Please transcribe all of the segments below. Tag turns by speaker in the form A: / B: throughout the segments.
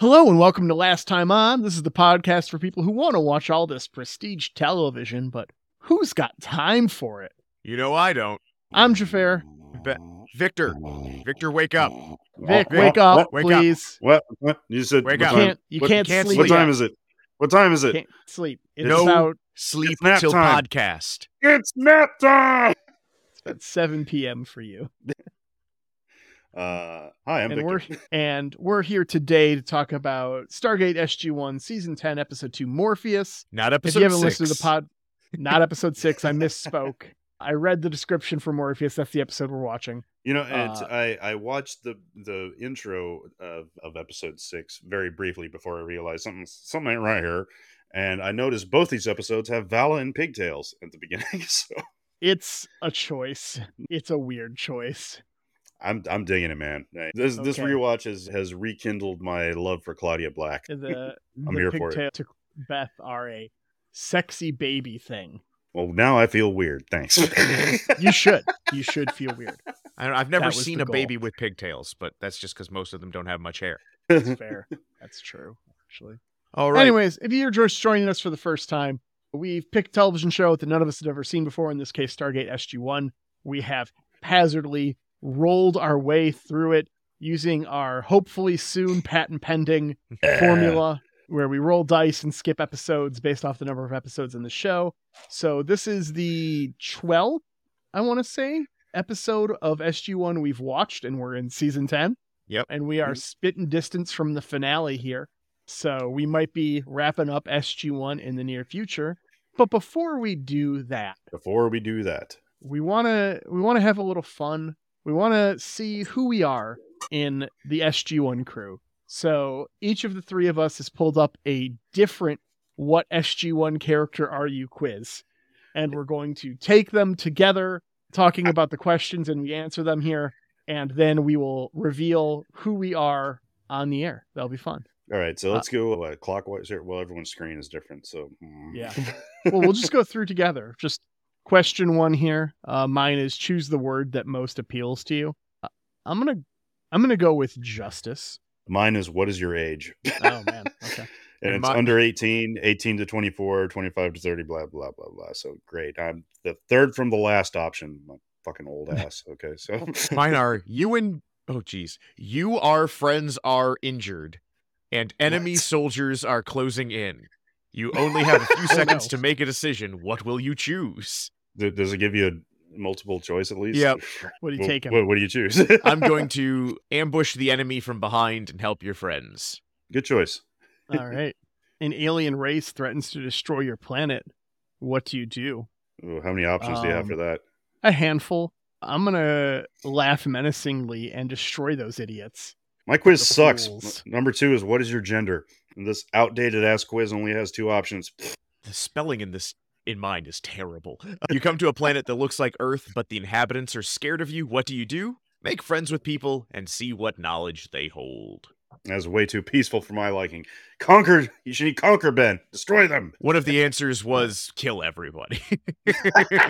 A: Hello and welcome to Last Time On. This is the podcast for people who want to watch all this prestige television, but who's got time for it?
B: You know I don't.
A: I'm Jafar.
B: Victor, Victor, wake up.
A: Vic,
B: Vic,
A: wake up,
B: wake up.
A: please.
C: What? What? You said
B: Wake
C: what
B: up.
A: You
C: time?
A: can't you
C: What-
A: can't,
B: can't
A: sleep.
C: what time is it? What time is it?
A: Can't sleep. It's
B: No.
A: about
B: Sleep
C: It's nap
B: till
C: time.
B: podcast.
C: It's nap time.
A: it's about 7 p.m. for you.
C: Uh, hi, I'm
A: and
C: Victor.
A: we're and we're here today to talk about Stargate SG-1 season 10 episode 2 Morpheus.
B: Not
A: If
B: episode
A: you haven't
B: six.
A: listened to the pod not episode 6, I misspoke. I read the description for Morpheus. That's the episode we're watching.
C: You know, it's,
A: uh,
C: I I watched the the intro of, of episode six very briefly before I realized something something ain't right here, and I noticed both these episodes have Vala and pigtails at the beginning. So
A: It's a choice. It's a weird choice.
C: I'm I'm digging it, man. Hey, This this
A: Okay.
C: rewatch has has rekindled my love for Claudia Black.
A: The,
C: I'm
A: the
C: here for it.
A: pigtail to Beth are a sexy baby thing.
C: Well, now I feel weird. Thanks.
A: You should. you should feel weird.
B: I don't, I've never
A: That was
B: seen
A: the
B: a baby
A: goal.
B: with pigtails, but that's just because most of them don't have much hair.
A: That's fair. That's true, actually.
B: All right.
A: Anyways, if you're just joining us for the first time, we've picked a television show that none of us had ever seen before, in this case, Stargate SG-1. We have hazardly rolled our way through it using our hopefully soon patent pending formula where we roll dice and skip episodes based off the number of episodes in the show. So this is the 12th, I want to say, episode of SG1 we've watched, and we're in season 10.
B: Yep.
A: And we are spitting distance from the finale here. So we might be wrapping up SG1 in the near future. But before we do that,
C: Before we do that,
A: we want to we want to have a little fun. We want to see who we are in the SG1 crew. So each of the three of us has pulled up a different what SG1 character are you quiz. And we're going to take them together talking about the questions and we answer them here and then we will reveal who we are on the air. That'll be fun.
C: All right, so
A: Uh,
C: let's go uh, clockwise here. Well, everyone's screen is different, so mm.
A: Yeah. well, we'll just go through together. Just question one here. Uh, mine is choose the word that most appeals to you. Uh, I'm gonna I'm gonna go with justice.
C: Mine is what is your age? and
A: Oh man, okay.
B: And
C: it's
B: my-
C: under 18, 18 to 24, 25 to 30, blah, blah, blah, blah. So great. I'm the third from the last option. My fucking old ass. Okay, so
B: Mine are you and oh geez, you are friends are injured, and enemy
C: What?
B: soldiers are closing in. You only have a few
A: Oh,
B: seconds
A: no.
B: to make a decision. What will you choose?
C: Th- does it give you a multiple choice at least?
B: Yep.
A: What do you
C: Well,
A: take him?
C: What, what do you choose?
B: I'm going to ambush the enemy from behind and help your friends.
C: Good choice.
A: All right. An alien race threatens to destroy your planet. What do you do?
C: Ooh, how many options do you have
A: Um,
C: for that?
A: A handful. I'm gonna laugh menacingly and destroy those idiots.
C: My quiz
A: the
C: sucks.
A: fools.
C: N- Number two is what is your gender? And this outdated ass quiz only has two options.
B: the spelling in this in mind is terrible. You come to a planet that looks like Earth, but the inhabitants are scared of you. What do you do? Make friends with people and see what knowledge they hold.
C: That was way too peaceful for my liking. Conquer, you should conquer Ben. Destroy them.
B: One of the answers was kill everybody.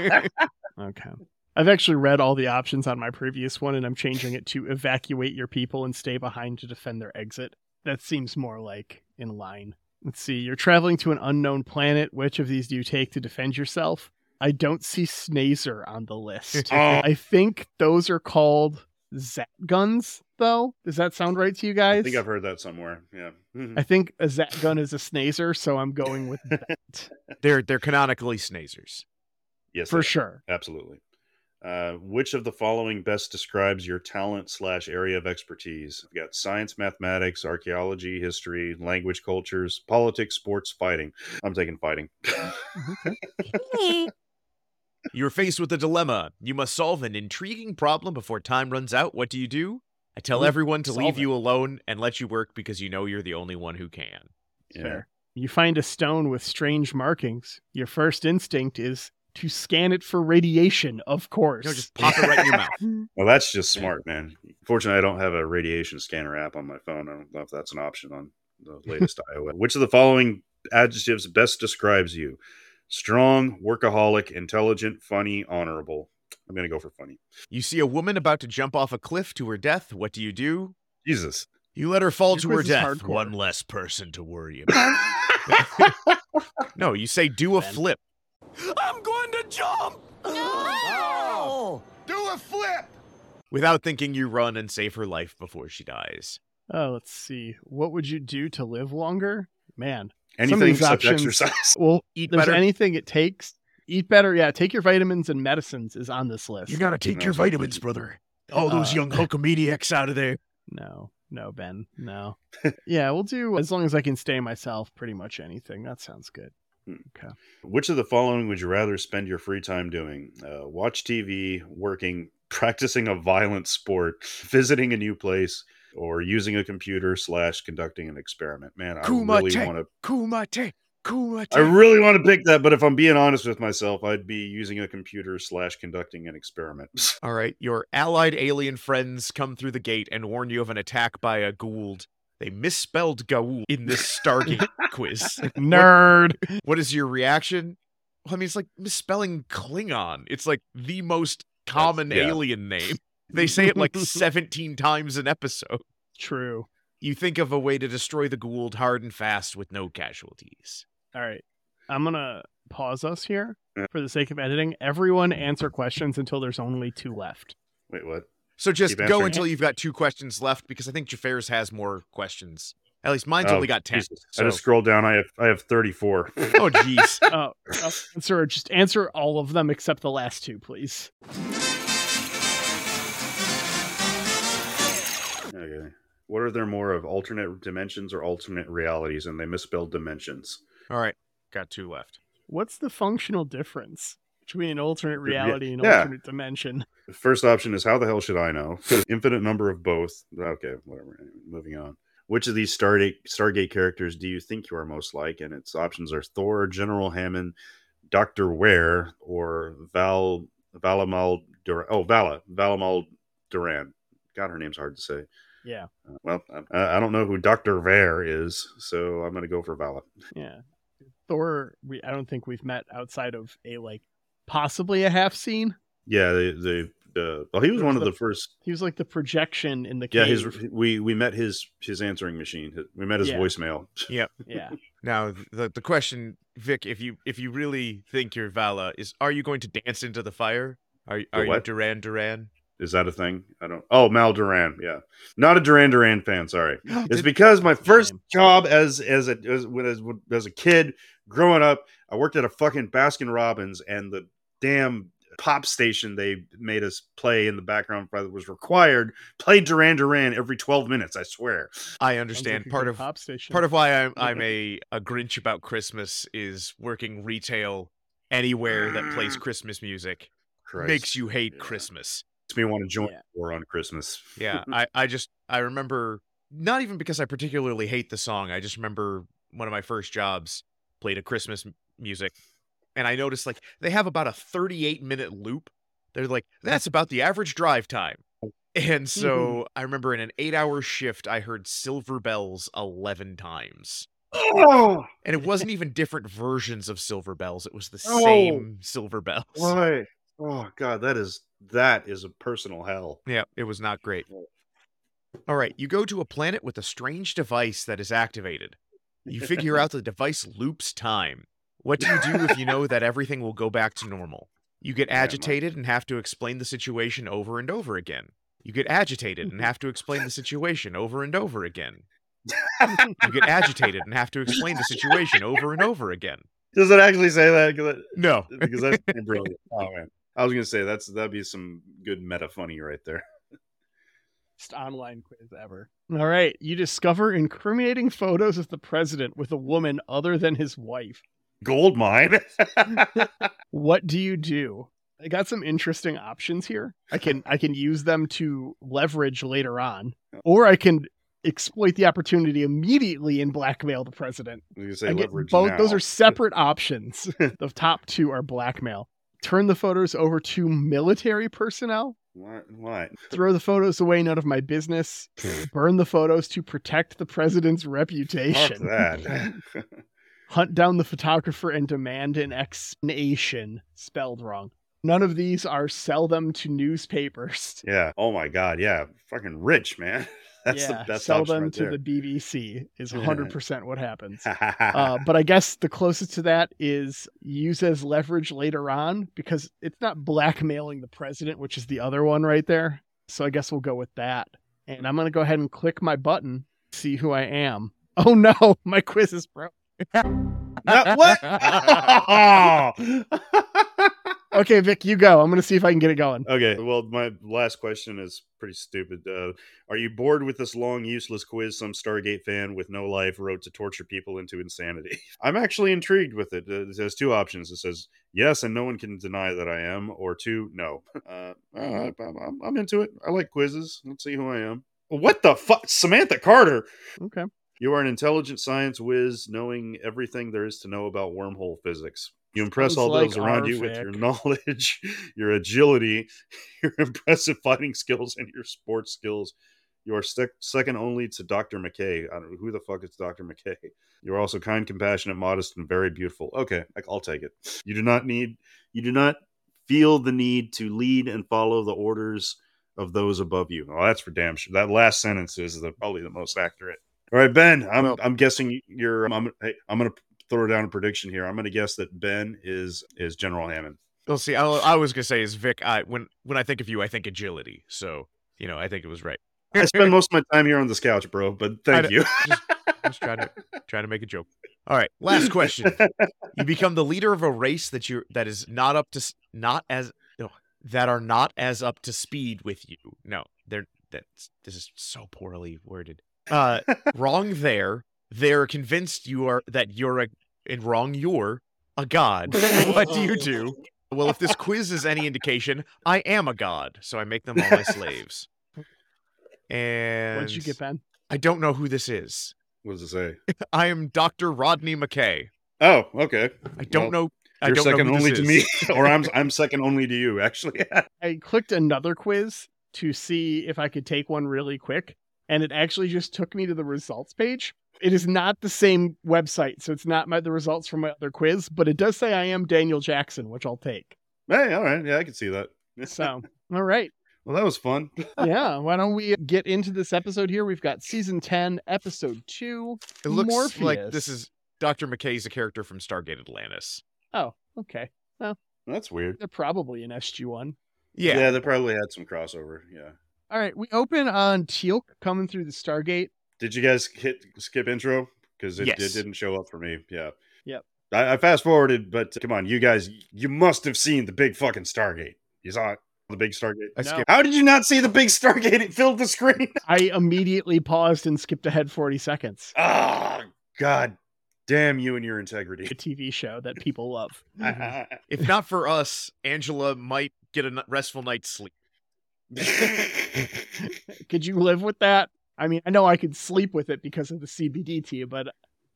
A: Okay. I've actually read all the options on my previous one, and I'm changing it to evacuate your people and stay behind to defend their exit. That seems more like in line. Let's see. You're traveling to an unknown planet. Which of these do you take to defend yourself? I don't see Snazer on the list.
C: Oh,
A: I think those are called Zat guns, though. Does that sound right to you guys?
C: I think I've heard that somewhere. Yeah. Mm-hmm.
A: I think a Zat gun is a Snazer, so I'm going with that
B: they're they're canonically snazers.
C: yes,
A: for
C: they-
A: sure.
C: Absolutely. Uh, which of the following best describes your talent slash area of expertise? I've got science, mathematics, archaeology, history, language, cultures, politics, sports, fighting. I'm taking fighting.
B: You're faced with a dilemma. You must solve an intriguing problem before time runs out. What do you do? I tell
A: Ooh,
B: everyone to
A: solve
B: leave
A: it.
B: you alone and let you work because you know you're the only one who can.
A: Fair. You find a stone with strange markings. Your first instinct is to scan it for radiation, of course.
B: You know, just pop it right in your mouth.
C: Well, that's just smart, man. Fortunately, I don't have a radiation scanner app on my phone. I don't know if that's an option on the latest iOS. Which of the following adjectives best describes you? Strong, workaholic, intelligent, funny, honorable. I'm going to go for funny.
B: You see a woman about to jump off a cliff to her death. What do you do?
C: Jesus.
B: You let her fall
A: Your
B: to her
A: quiz is
B: death.
A: hardcore.
B: One less person to worry about. no, you say do a
D: Ben.
B: flip. I'm going to jump.
D: No!
B: Do a flip. Without thinking, you run and save her life before she dies.
A: Oh, let's see. What would you do to live longer? Man. Some of
C: Anything
A: these
C: except
A: options-
C: exercise.
A: Well,
B: Eat
A: there's
B: better.
A: anything it takes. Eat better. Yeah, take your vitamins and medicines is on this list.
B: gotta
C: take your vitamins,
B: brother. All
A: those young
B: Hulkamaniacs out of there.
A: No, no, Ben, no. yeah, we'll do as long as I can stay myself. Pretty much anything. That sounds good.
C: Which of the following would you rather spend your free time doing? Uh, watch TV, working, practicing a violent sport, visiting a new place, or using a computer slash conducting an experiment. Man, I
B: Kumite.
C: really want to.
B: Kumate. Kumate.
C: I really want to pick that, but if I'm being honest with myself, I'd be using a computer slash conducting an experiment.
B: All right, your allied alien friends come through the gate and warn you of an attack by a Gould. They misspelled Gaul in this Stargate quiz.
A: Nerd.
B: What is your reaction? Well, I mean, it's like misspelling Klingon. It's like the most common
C: yeah.
B: alien name. They say it like 17 times an episode.
A: True.
B: You think of a way to destroy the Gould hard and fast with no casualties.
A: All right. I'm gonna pause us here for the sake of editing. Everyone answer questions until there's only two left.
C: Wait, what?
B: So just
C: Keep
B: go
C: answering.
B: until you've got two questions left because I think Jafar's has more questions. At least mine's
C: Oh,
B: only got 10.
C: Jesus.
B: so-
C: I just scrolled down. I have I have 34.
B: Oh, jeez.
A: Oh, uh, answer just answer all of them except the last two, please.
C: Okay. What are there more of alternate dimensions or alternate realities? And they misspelled dimensions.
B: All right, got two left.
A: What's the functional difference between an alternate
C: Yeah.
A: reality and
C: Yeah.
A: alternate dimension?
C: The first option is how the hell should I know? Infinite number of both. Okay, whatever. Anyway, moving on. Which of these Stargate Stargate characters do you think you are most like? And its options are Thor, General Hammond, Doctor Ware, or Val Valamal Duran. Oh, Vala Valamal Duran. God, her name's hard to say.
A: Yeah.
C: Uh, well, I, I don't know who Doctor Ware is, so I'm going to go for Vala.
A: Yeah. Thor, we I don't think we've met outside of a like possibly a half scene.
C: Yeah, the the uh, well, he was
A: Who's
C: one of
A: the-
C: the first.
A: He was like the projection in the
C: Yeah,
A: cave.
C: his we we met his his answering machine. We met his
A: Yeah.
C: voicemail.
A: yeah.
B: Now, th- the the question, Vic, if you if you really think you're Vala, is are you going to dance into the fire? Are are you
C: what?
B: Duran Duran?
C: Is that a thing? I don't. Oh, Mal Duran. Yeah, not a Duran Duran fan. Sorry, it's
B: Did-
C: because my first
A: Same.
C: job as as a as, when- as when- as a kid growing up, I worked at a fucking Baskin Robbins, and the damn pop station they made us play in the background that was required played Duran Duran every twelve minutes. I swear.
B: I
A: Sounds
B: understand
A: like a
B: part
A: good
B: of
A: pop station.
B: part of why I'm I'm a a Grinch about Christmas is working retail anywhere that plays Christmas music
C: Mm. Christ.
B: makes you hate
C: Yeah.
B: Christmas.
C: Makes me want to join
A: Yeah.
C: the war on Christmas.
B: Yeah, I I just I remember not even because I particularly hate the song. I just remember one of my first jobs played a Christmas m- music, and I noticed like they have about a 38 minute loop. They're like that's about the average drive time. And
C: Mm-hmm.
B: so I remember in an eight hour shift, I heard Silver Bells 11 times.
C: Oh,
B: And it wasn't even different versions of Silver Bells. It was the
C: No.
B: same Silver Bells.
C: why? Oh God, that is that is a personal hell.
B: Yeah, it was not great.
C: Yeah.
B: All right, you go to a planet with a strange device that is activated. You figure out the device loops time. What do you do if you know that everything will go back to normal? You get
C: Yeah, my-
B: agitated and have to explain the situation over and over again. You get agitated and have to explain the situation over and over again. You get agitated and have to explain the situation over and over again.
C: Does it actually say that? 'Cause that-
B: No.
C: because that's pretty brilliant. Oh man, I was gonna say that's that'd be some good meta funny right there.
A: Best online quiz ever. All right, you discover incriminating photos of the president with a woman other than his wife.
C: Gold mine.
A: What do you do? I got some interesting options here. I can I can use them to leverage later on, or I can exploit the opportunity immediately and blackmail the president.
C: You say
A: I get
C: leverage
A: both.
C: now.
A: Those are separate options. The top two are blackmail. Turn the photos over to military personnel.
C: what? what?
A: Throw the photos away, none of my business.
C: Hmm.
A: Burn the photos to protect the president's
C: Fuck
A: reputation.
C: that.
A: Hunt down the photographer and demand an explanation. Spelled wrong. None of these are sell them to newspapers.
C: yeah. Oh my god. Yeah. Fucking rich man. That's the best
A: sell
C: option
A: them
C: right
A: to the
C: there.
A: BBC is 100% what happens.
C: uh,
A: uh, but I guess the closest to that is use as leverage later on because it's not blackmailing the president, which is the other one right there. So I guess we'll go with that. And I'm going to go ahead and click my button, see who I am. Oh no, my quiz is broke. Uh,
C: what?
A: Okay, Vic, you go. I'm going to see if I can get it going.
C: okay. Well, my last question is pretty stupid. Uh, are you bored with this long, useless quiz some Stargate fan with no life wrote to torture people into insanity? I'm actually intrigued with it. Uh, It has two options. It says yes, and no one can deny that I am, or two, no. Uh, all right, I'm, I'm- I'm into it. I like quizzes. Let's see who I am. What the fuck, Samantha Carter?
A: Okay.
C: You are an intelligent science whiz, knowing everything there is to know about wormhole physics. You impress
A: Sounds
C: all those
A: like
C: around you with
A: Arvik.
C: your knowledge, your agility, your impressive fighting skills, and your sports skills. You are sec- second only to Dr. McKay. I don't know who the fuck is Dr. McKay. You are also kind, compassionate, modest, and very beautiful. Okay, I- I'll take it. You do not need, you do not feel the need to lead and follow the orders of those above you. Oh, that's for damn sure. That last sentence is the, probably the most accurate. All right, Ben. I'm
A: Well-
C: I'm guessing you're. um, I'm hey, I'm gonna throw down a prediction here. I'm gonna guess that Ben is is General Hammond.
B: Well, see, I, I was gonna say is Vic. I when when I think of you, I think agility. So you know, I think it was right.
C: I spend most of my time here on this couch, bro. But thank
B: I-
C: you.
B: Just trying to trying to make a joke. All right, last question. You become the leader of a race that you that is not up to s- not as no, that are not as up to speed with you. No, they're that's this is so poorly worded. Uh, wrong there. They're convinced you are that you're a and wrong you're a god. What
C: Oh.
B: do you do? Well, if this quiz is any indication, I am a god, so I make them all my slaves. And
A: What'd you get, Ben?
B: I don't know who this is.
C: what does it say?
B: I am Dr. Rodney McKay.
C: Oh, okay.
B: I don't
C: Well,
B: know. I
C: You're
B: don't
C: second
B: know who
C: only
B: this
C: to
B: is.
C: me, or I'm I'm second only to you. Actually,
A: I clicked another quiz to see if I could take one really quick, and it actually just took me to the results page. It is not the same website, so it's not my, the results from my other quiz, but it does say I am Daniel Jackson, which I'll take.
C: hey, all right. Yeah, I can see that.
A: So, all right.
C: Well, that was fun.
A: Yeah. Why don't we get into this episode here? We've got season 10, episode 2.
B: It looks like
A: Morpheus.
B: this is Dr. McKay's a character from Stargate Atlantis.
A: Oh, okay.
C: That's weird.
A: They're probably in SG1.
B: Yeah.
C: they probably had some crossover. Yeah.
A: All right. We open on Teal'c coming through the Stargate.
C: Did you guys hit skip intro? Because it, it
B: Yes.
C: didn't show up for me. Yeah.
A: Yep.
C: I, I fast forwarded, but come on, you guys, you must have seen the big fucking Stargate. You saw it, the big Stargate.
B: I
A: No.
B: skipped.
C: How did you not see the big Stargate? It filled the screen.
A: I immediately paused and skipped ahead 40 seconds.
C: Oh, God damn you and your
A: A
C: integrity.
A: TV show that people love.
C: Uh-huh.
B: If not for us, Angela might get a n- restful night's sleep.
A: could you live with that? I mean, I know I could sleep with it because of the CBD tea, but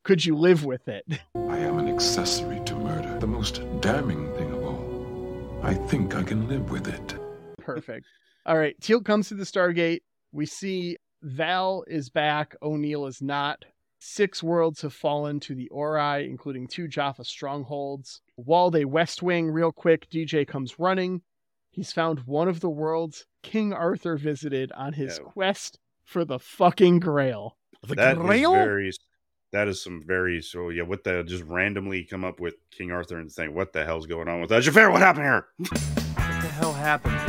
A: could you live with it?
E: I am an accessory to murder, the most damning thing of all. I think I can live with it.
A: Perfect. All right. Teal comes to the Stargate. We see Val is back. O'Neill is not. Six worlds have fallen to the Ori, including two Jaffa strongholds. While they West Wing, real quick, DJ comes running. He's found one of the worlds King Arthur visited on his
C: No.
A: quest for the fucking Grail.
B: The
C: That is
B: Grail?
C: very. That is some very so yeah. What the just randomly come up with King Arthur and think what the hell's going on with that? Jafar, what happened here?
F: What the hell happened here?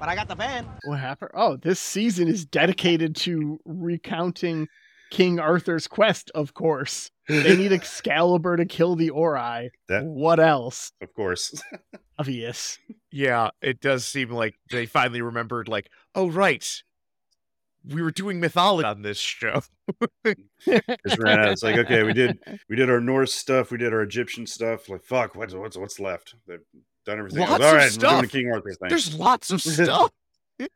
D: But I got the van.
A: What happened? Oh, this season is dedicated to recounting King Arthur's quest, of course. They need Excalibur to kill the Ori.
C: That-
A: What else?
C: Of course.
A: Obvious.
B: Yeah, it does seem like they finally remembered, like, oh, right. We were doing mythology on this show.
C: just ran out. It's like okay, we did we did our Norse stuff, we did our Egyptian stuff. Like fuck, what's what's what's left? They've done everything. else.
B: Lots
C: All
B: of
C: right, we're doing
B: stuff.
C: the King Arthur thing.
B: There's lots of stuff.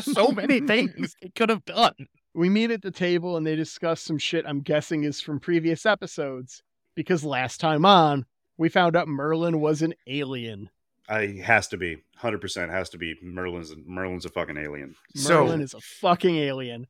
B: so many things they could have done.
A: We meet at the table and they discuss some shit I'm guessing is from previous episodes because last time on, we found out Merlin was an alien.
C: I has to be hundred percent has to be Merlin's. Merlin's a fucking alien.
B: So-
A: Merlin is a fucking alien.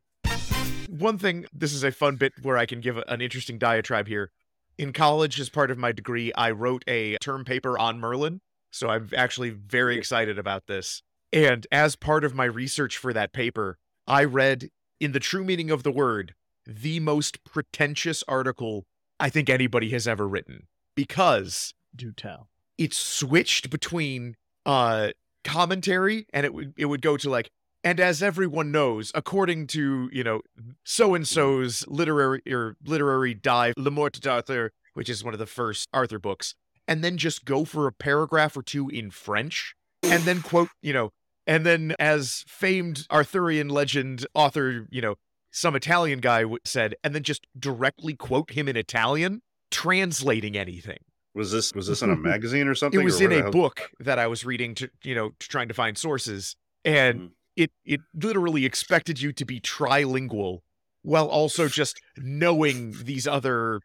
B: One thing, this is a fun bit where I can give a- an interesting diatribe here. In college, as part of my degree, I wrote a term paper on Merlin. So I'm actually very excited about this. And as part of my research for that paper, I read, in the true meaning of the word, the most pretentious article I think anybody has ever written because
A: Do tell.
B: it switched between uh commentary and it would it would go to like and as everyone knows according to you know so and so's literary or literary dive le mort d'arthur which is one of the first arthur books and then just go for a paragraph or two in french and then quote you know and then as famed arthurian legend author you know some italian guy w- said and then just directly quote him in italian translating anything
C: Was this was this in a magazine or something?
B: it was
C: or
B: in
C: where the
B: a
C: hell-
B: book that I was reading to you know to trying to find sources, and
C: Mhm.
B: it it literally expected you to be trilingual while also just knowing these other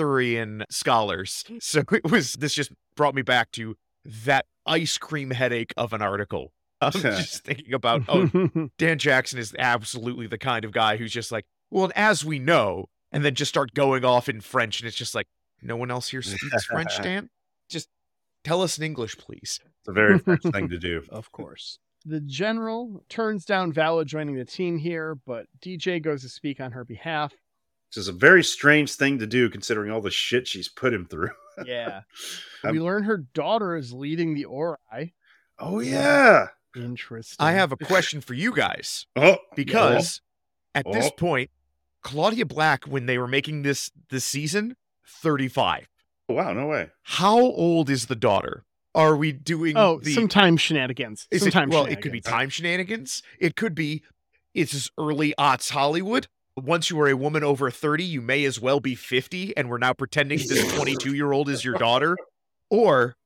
B: Arthurian scholars. So it was this just brought me back to that ice cream headache of an article. I'm just thinking about oh Dan Jackson is absolutely the kind of guy who's just like, well, and as we know, and then just start going off in French, and it's just like, no one else here speaks French, Dan. Just tell us in English, please.
C: It's a very French thing to do.
A: Of course. The general turns down Vala joining the team here, but DJ goes to speak on her behalf.
C: Which is a very strange thing to do considering all the shit she's put him through.
A: Yeah.
C: I'm-
B: Um,
A: we learn her daughter is leading the Ori.
C: Oh yeah.
A: Yeah. Interesting.
B: I have a question for you guys
C: Oh,
B: because at this
C: Oh.
B: point, Claudia Black, when they were making this this season, thirty five.
C: oh, wow, no way.
B: How old is the daughter? Are we doing?
A: Oh,
B: the,
A: some time shenanigans.
B: Is
A: some
B: it-
A: time
B: well, it could be
A: shenanigans.
B: time shenanigans. It could be it's as early aughts Hollywood. Once you are a woman over 30, you may as well be 50, and we're now pretending this 22 year old is your daughter. Or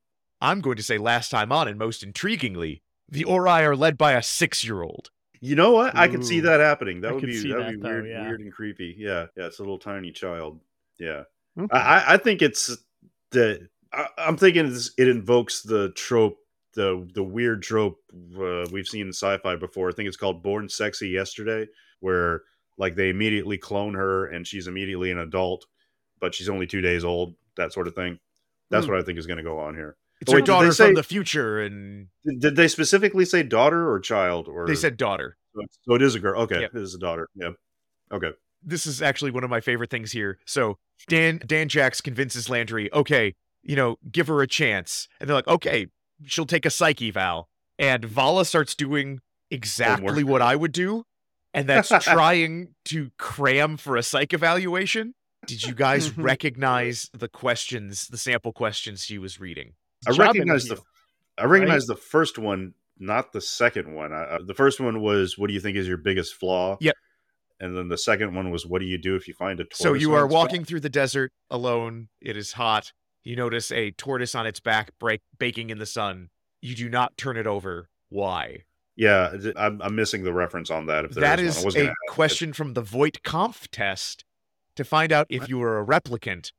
B: I'm going to say last time on, and most intriguingly, the Ori are led by a six year old.
C: You know what? I could see
A: Ooh.
C: that happening. That
A: I
C: would
A: could
C: be
A: see
C: that would
A: that,
C: be
A: though,
C: weird,
A: yeah.
C: weird and creepy. Yeah, yeah. It's a little tiny child. Yeah,
A: Okay.
C: I, I- I think it's the. I, I'm thinking it's, it invokes the trope, the the weird trope uh, we've seen in sci-fi before. I think it's called "Born Sexy Yesterday," where like they immediately clone her and she's immediately an adult, but she's only two days old. That sort of thing. That's
A: Hmm.
C: what I think is going to go on here.
B: It's
C: Wait,
B: your
C: did they
B: daughter
C: say-
B: from the future, and
C: Did, did they specifically say daughter or child? Or
B: they said daughter.
C: so it is a girl. Okay,
B: Yep.
C: it is a daughter. Yeah. Okay.
B: this is actually one of my favorite things here. So Dan Dan Jax convinces Landry, okay, you know, give her a chance. And they're like, okay, she'll take a psyche vow. And Vala starts doing exactly what I would do, and that's trying to cram for a psych evaluation. Did you guys
A: Mhm.
B: recognize the questions, the sample questions she was reading?
C: I
A: Job
C: recognize the
A: interview.
C: I recognize the first one, not the second one. I, I- the first one was what do you think is your biggest flaw?
B: Yep.
C: And then the second one was what do you do if you find a tortoise?
B: So you
C: on
B: are
C: its back?"
B: walking through the desert alone. It is hot. You notice a tortoise on its back break, baking in the sun. You do not turn it over. Why?
C: Yeah, th- I'm, I'm missing the reference on that. If there
B: That
C: one.
B: is
C: I was
B: a
C: gonna ask it.
B: question from the Voight Kampf test to find out if you were a replicant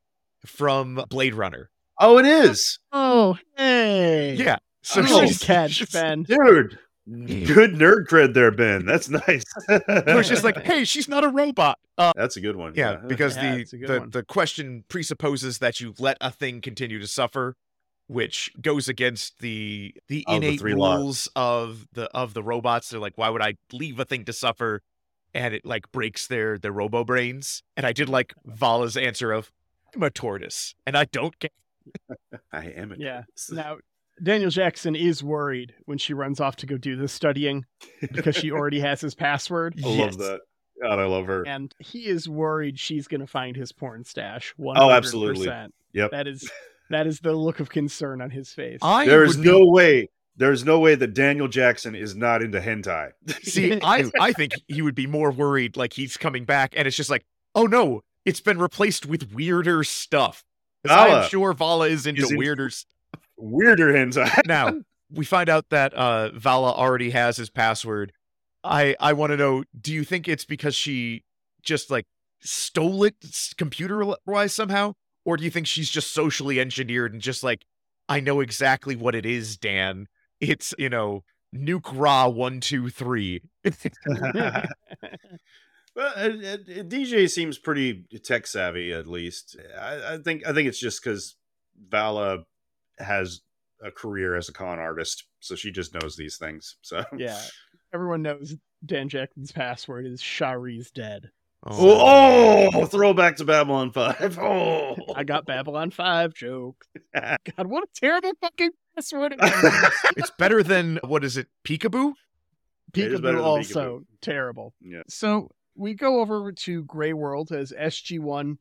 B: from Blade Runner.
C: Oh, it is,
A: Oh, hey.
B: Yeah. So
A: Good
B: she's-
A: Oh. catch,
B: she's-
A: Ben.
C: dude. Good nerd cred there, Ben. That's nice.
B: It was just like, hey, she's not a robot. Uh,
C: That's a good one.
B: yeah, because
A: Yeah,
B: the
A: it's a good
B: the,
A: one.
B: the question presupposes that you let a thing continue to suffer, which goes against the the
C: Of the
B: innate
C: three laws.
B: rules of the of the robots. They're like, why would I leave a thing to suffer? And it like breaks their their robo brains. And I did like Vala's answer of, I'm a tortoise and I don't care.
C: I am. A
A: Yeah.
C: tortoise.
A: Now, Daniel Jackson is worried when she runs off to go do this studying because she already has his password.
C: I
B: Yes.
C: love that. God, I love her.
A: And he is worried she's going to find his porn stash. 100%.
B: Oh,
C: absolutely. Yep.
A: That is that is the look of concern on his face.
B: I
C: There is
B: would be-
C: no way. There is no way that Daniel Jackson is not into hentai.
B: see. I I think he would be more worried. Like he's coming back, and it's just like, oh no, it's been replaced with weirder stuff. 'Cause I am
C: Vala
B: sure Vala is into
C: is in-
B: weirder stuff
C: weirder hentai.
B: now. we find out that uh, Vala already has his password. I I want to know: Do you think it's because she just like stole it s- computer-wise somehow, or do you think she's just socially engineered and just like I know exactly what it is, Dan? It's you know nuke raw one two three.
C: well, uh, uh, DJ seems pretty tech savvy, at least. I, I think I think it's just because Vala has a career as a con artist, so she just knows these things. So
A: Yeah. Everyone knows Dan Jackson's password is Shari's dead.
C: Oh, oh, throwback to Babylon Five. Oh,
A: I got Babylon 5 joke. God, what a terrible fucking password. it was.
C: got.
B: it's better than what is it? Peekaboo.
C: It is
A: Peekaboo
C: better than
A: also terrible.
C: Yeah.
A: So we go over to Grey World as SG1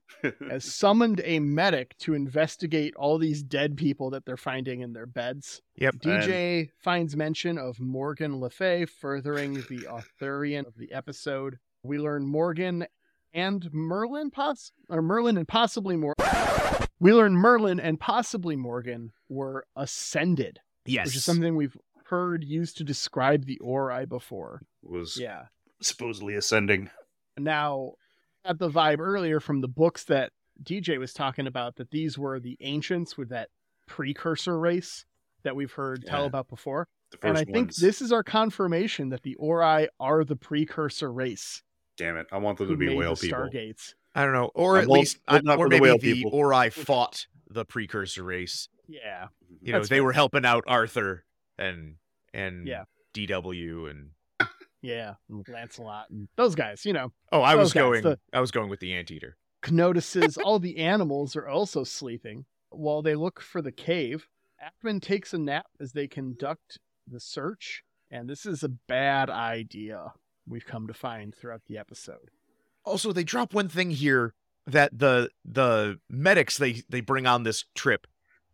A: has summoned a medic to investigate all these dead people that they're finding in their beds.
B: Yep.
A: DJ finds mention of Morgan Le Fay, furthering the Arthurian of the episode. We learn Morgan and Merlin, poss- or Merlin and possibly Morgan. We learn Merlin and possibly Morgan were ascended,
B: Yes.
A: which is something we've heard used to describe the Ori before.
C: was
A: Yeah.
C: supposedly ascending.
A: Now, at the vibe earlier from the books that DJ was talking about, that these were the ancients with that precursor race that we've heard tell
C: Yeah.
A: about before.
C: The first
A: And I think
C: ones.
A: this is our confirmation that the Ori are the precursor race
C: Damn it! I want them
A: who
C: to be
A: made
C: whale
A: the
C: people.
A: Stargates.
B: I don't know, or
C: I
B: at
C: won't-
B: least,
C: but
B: I-
C: not
B: or
C: for the
B: maybe
C: whale
B: the
C: people.
B: Ori fought the precursor race.
A: Yeah.
B: You know,
A: That's
B: they
A: fair.
B: were helping out Arthur and and
A: Yeah.
B: DW and
A: Yeah. Lancelot and those guys, you know.
B: oh, I was
A: Those guys,
B: going,
A: the-
B: I was going with the anteater.
A: notices all the animals are also sleeping while they look for the cave. Ackman takes a nap as they conduct the search, and this is a bad idea we've come to find throughout the episode.
B: Also, they drop one thing here that the the medics they they bring on this trip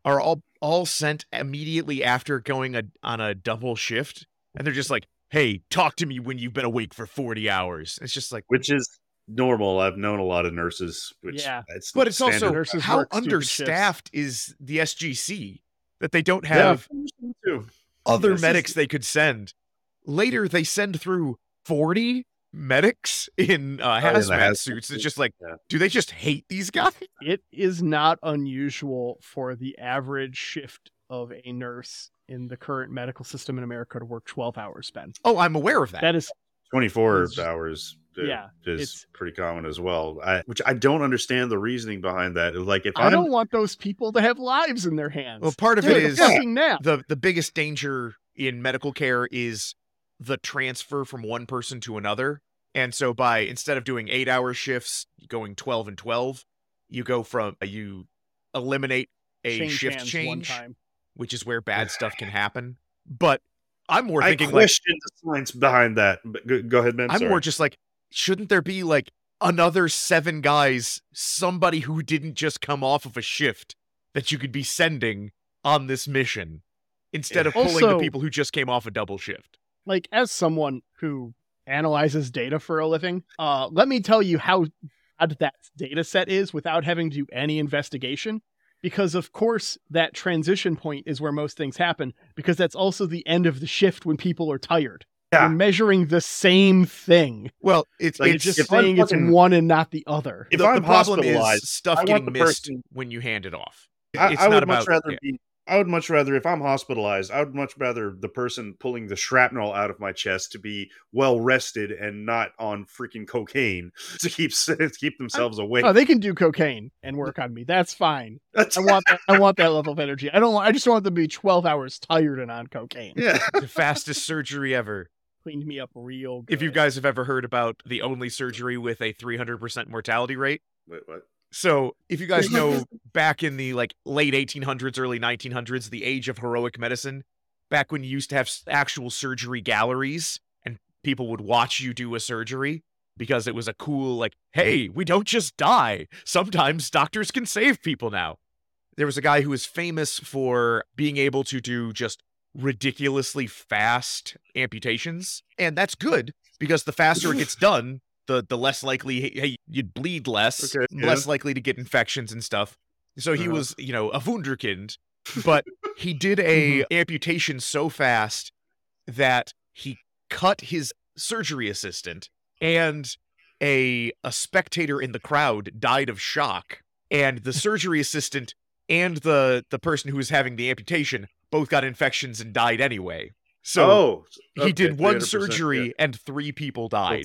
B: are all all sent immediately after going a, on a double shift, and they're just like, "Hey, talk to me when you've been awake for forty hours." It's just like.
C: which is normal. I've known a lot of nurses. Which
A: Yeah.
C: it's
B: But it's also
C: standard.
A: Nurses
B: how
A: work stupid shifts.
B: understaffed is the SGC that they don't have other
C: This is-
B: medics they could send. Later, they send through 40 medics in uh,
C: Oh, in the
B: hazmat
C: hazmat
B: suits. It's
C: suits,
B: just like,
C: yeah.
B: do they just hate these guys?
A: It is not unusual for the average shift of a nurse in the current medical system in America to work 12 hours, Ben.
B: Oh, I'm aware of that.
A: That is,
C: twenty-four
A: It's just-
C: hours. uh,
A: yeah,
C: is
A: it's-
C: pretty common as well. I, which I don't understand the reasoning behind that. Like if
A: I
C: I'm
A: don't want those people to have lives in their hands.
B: well, part of
A: Take
B: it
A: a
B: is
A: fucking nap.
B: the, the biggest danger in medical care is the transfer from one person to another. And so, by instead of doing eight hour shifts, going 12 and 12, you go from uh, you eliminate a
A: Change
B: shift
A: hands one
B: change.
A: time.
B: which is where bad stuff can happen. But I'm more
C: I
B: thinking like
C: question the science behind that. But go, go ahead, man.
B: I'm
C: sorry.
B: more just like, shouldn't there be like another seven guys, somebody who didn't just come off of a shift that you could be sending on this mission instead of pulling
A: Also-
B: the people who just came off a double shift?
A: like as someone who analyzes data for a living, uh, let me tell you how odd that data set is without having to do any investigation. Because of course that transition point is where most things happen, because that's also the end of the shift when people are tired.
C: Yeah.
A: You're measuring the same thing.
B: Well, it's
C: Like,
A: You're
B: it's
A: just
C: if I'm
A: saying it's
C: fucking-
A: one and not the other.
C: if
B: the,
C: I'm
B: the problem
C: hospitalized,
B: is stuff
C: I want
B: getting
C: the
B: missed
C: person-
B: when you hand it off.
C: I,
B: It's
C: I would
B: not
C: much
B: about
C: rather
B: yeah.
C: be. I would much rather if I'm hospitalized, I would much rather the person pulling the shrapnel out of my chest to be well rested and not on freaking cocaine to keep to keep themselves awake.
A: Oh, they can do cocaine and work on me. That's fine.
C: That's-
A: I want that, I want that level of energy. I don't want. I just don't want them to be twelve hours tired and on cocaine.
C: yeah.
B: the fastest surgery ever.
A: Cleaned me up real. Good.
B: If you guys have ever heard about the only surgery with a 300% mortality rate,
C: Wait, what?
B: So, if you guys know back in the like late 1800s, early 1900s, the age of heroic medicine, back when you used to have s- actual surgery galleries and people would watch you do a surgery because it was a cool like, hey, we don't just die. Sometimes doctors can save people now. There was a guy who was famous for being able to do just ridiculously fast amputations, and that's good because the faster it gets done, the the less likely hey, you'd bleed less,
C: Okay, yeah.
B: less likely to get infections and stuff. So he
C: Uh-huh.
B: was, you know, a wunderkind, but he did a
C: Mm-hmm.
B: amputation so fast that he cut his surgery assistant and a a spectator in the crowd died of shock and the surgery assistant and the the person who was having the amputation both got infections and died anyway so
C: oh,
B: he did
C: okay,
B: one
C: 300%,
B: surgery
C: yeah.
B: and three people died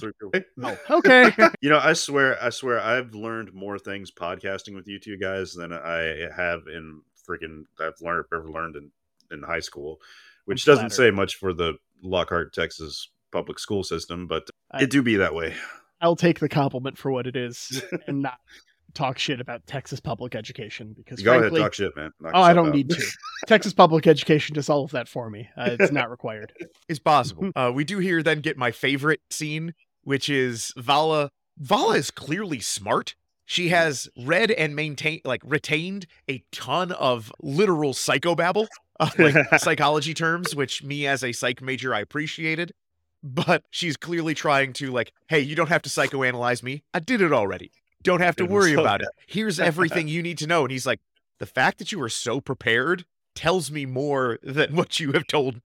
C: Well, three-
A: Okay.
C: You know, I swear, I swear, I've learned more things podcasting with you two guys than I have in freaking I've learned ever learned in in high school, which doesn't
A: flattered.
C: say much for the Lockhart, Texas public school system, but
A: I-
C: it do be that way.
A: I'll take the compliment for what it is and not talk shit about Texas public education because
C: Go ahead,
A: frankly,
C: talk shit, man. Knock
A: oh, I
C: yourself
A: don't
C: out.
A: need to. Texas public education does all of that for me. Uh, it's not required.
B: It's possible. uh, we do here then get my favorite scene, which is Vala. Vala is clearly smart. She has read and maintained, like retained a ton of literal psychobabble, uh, like psychology terms, which me as a psych major I appreciated. But she's clearly trying to like, hey, you don't have to psychoanalyze me. I did it already. Don't have to
C: Dude,
B: worry
C: so
B: about it. Here's everything you need to know. And he's like, the fact that you were so prepared tells me more than what you have told. me."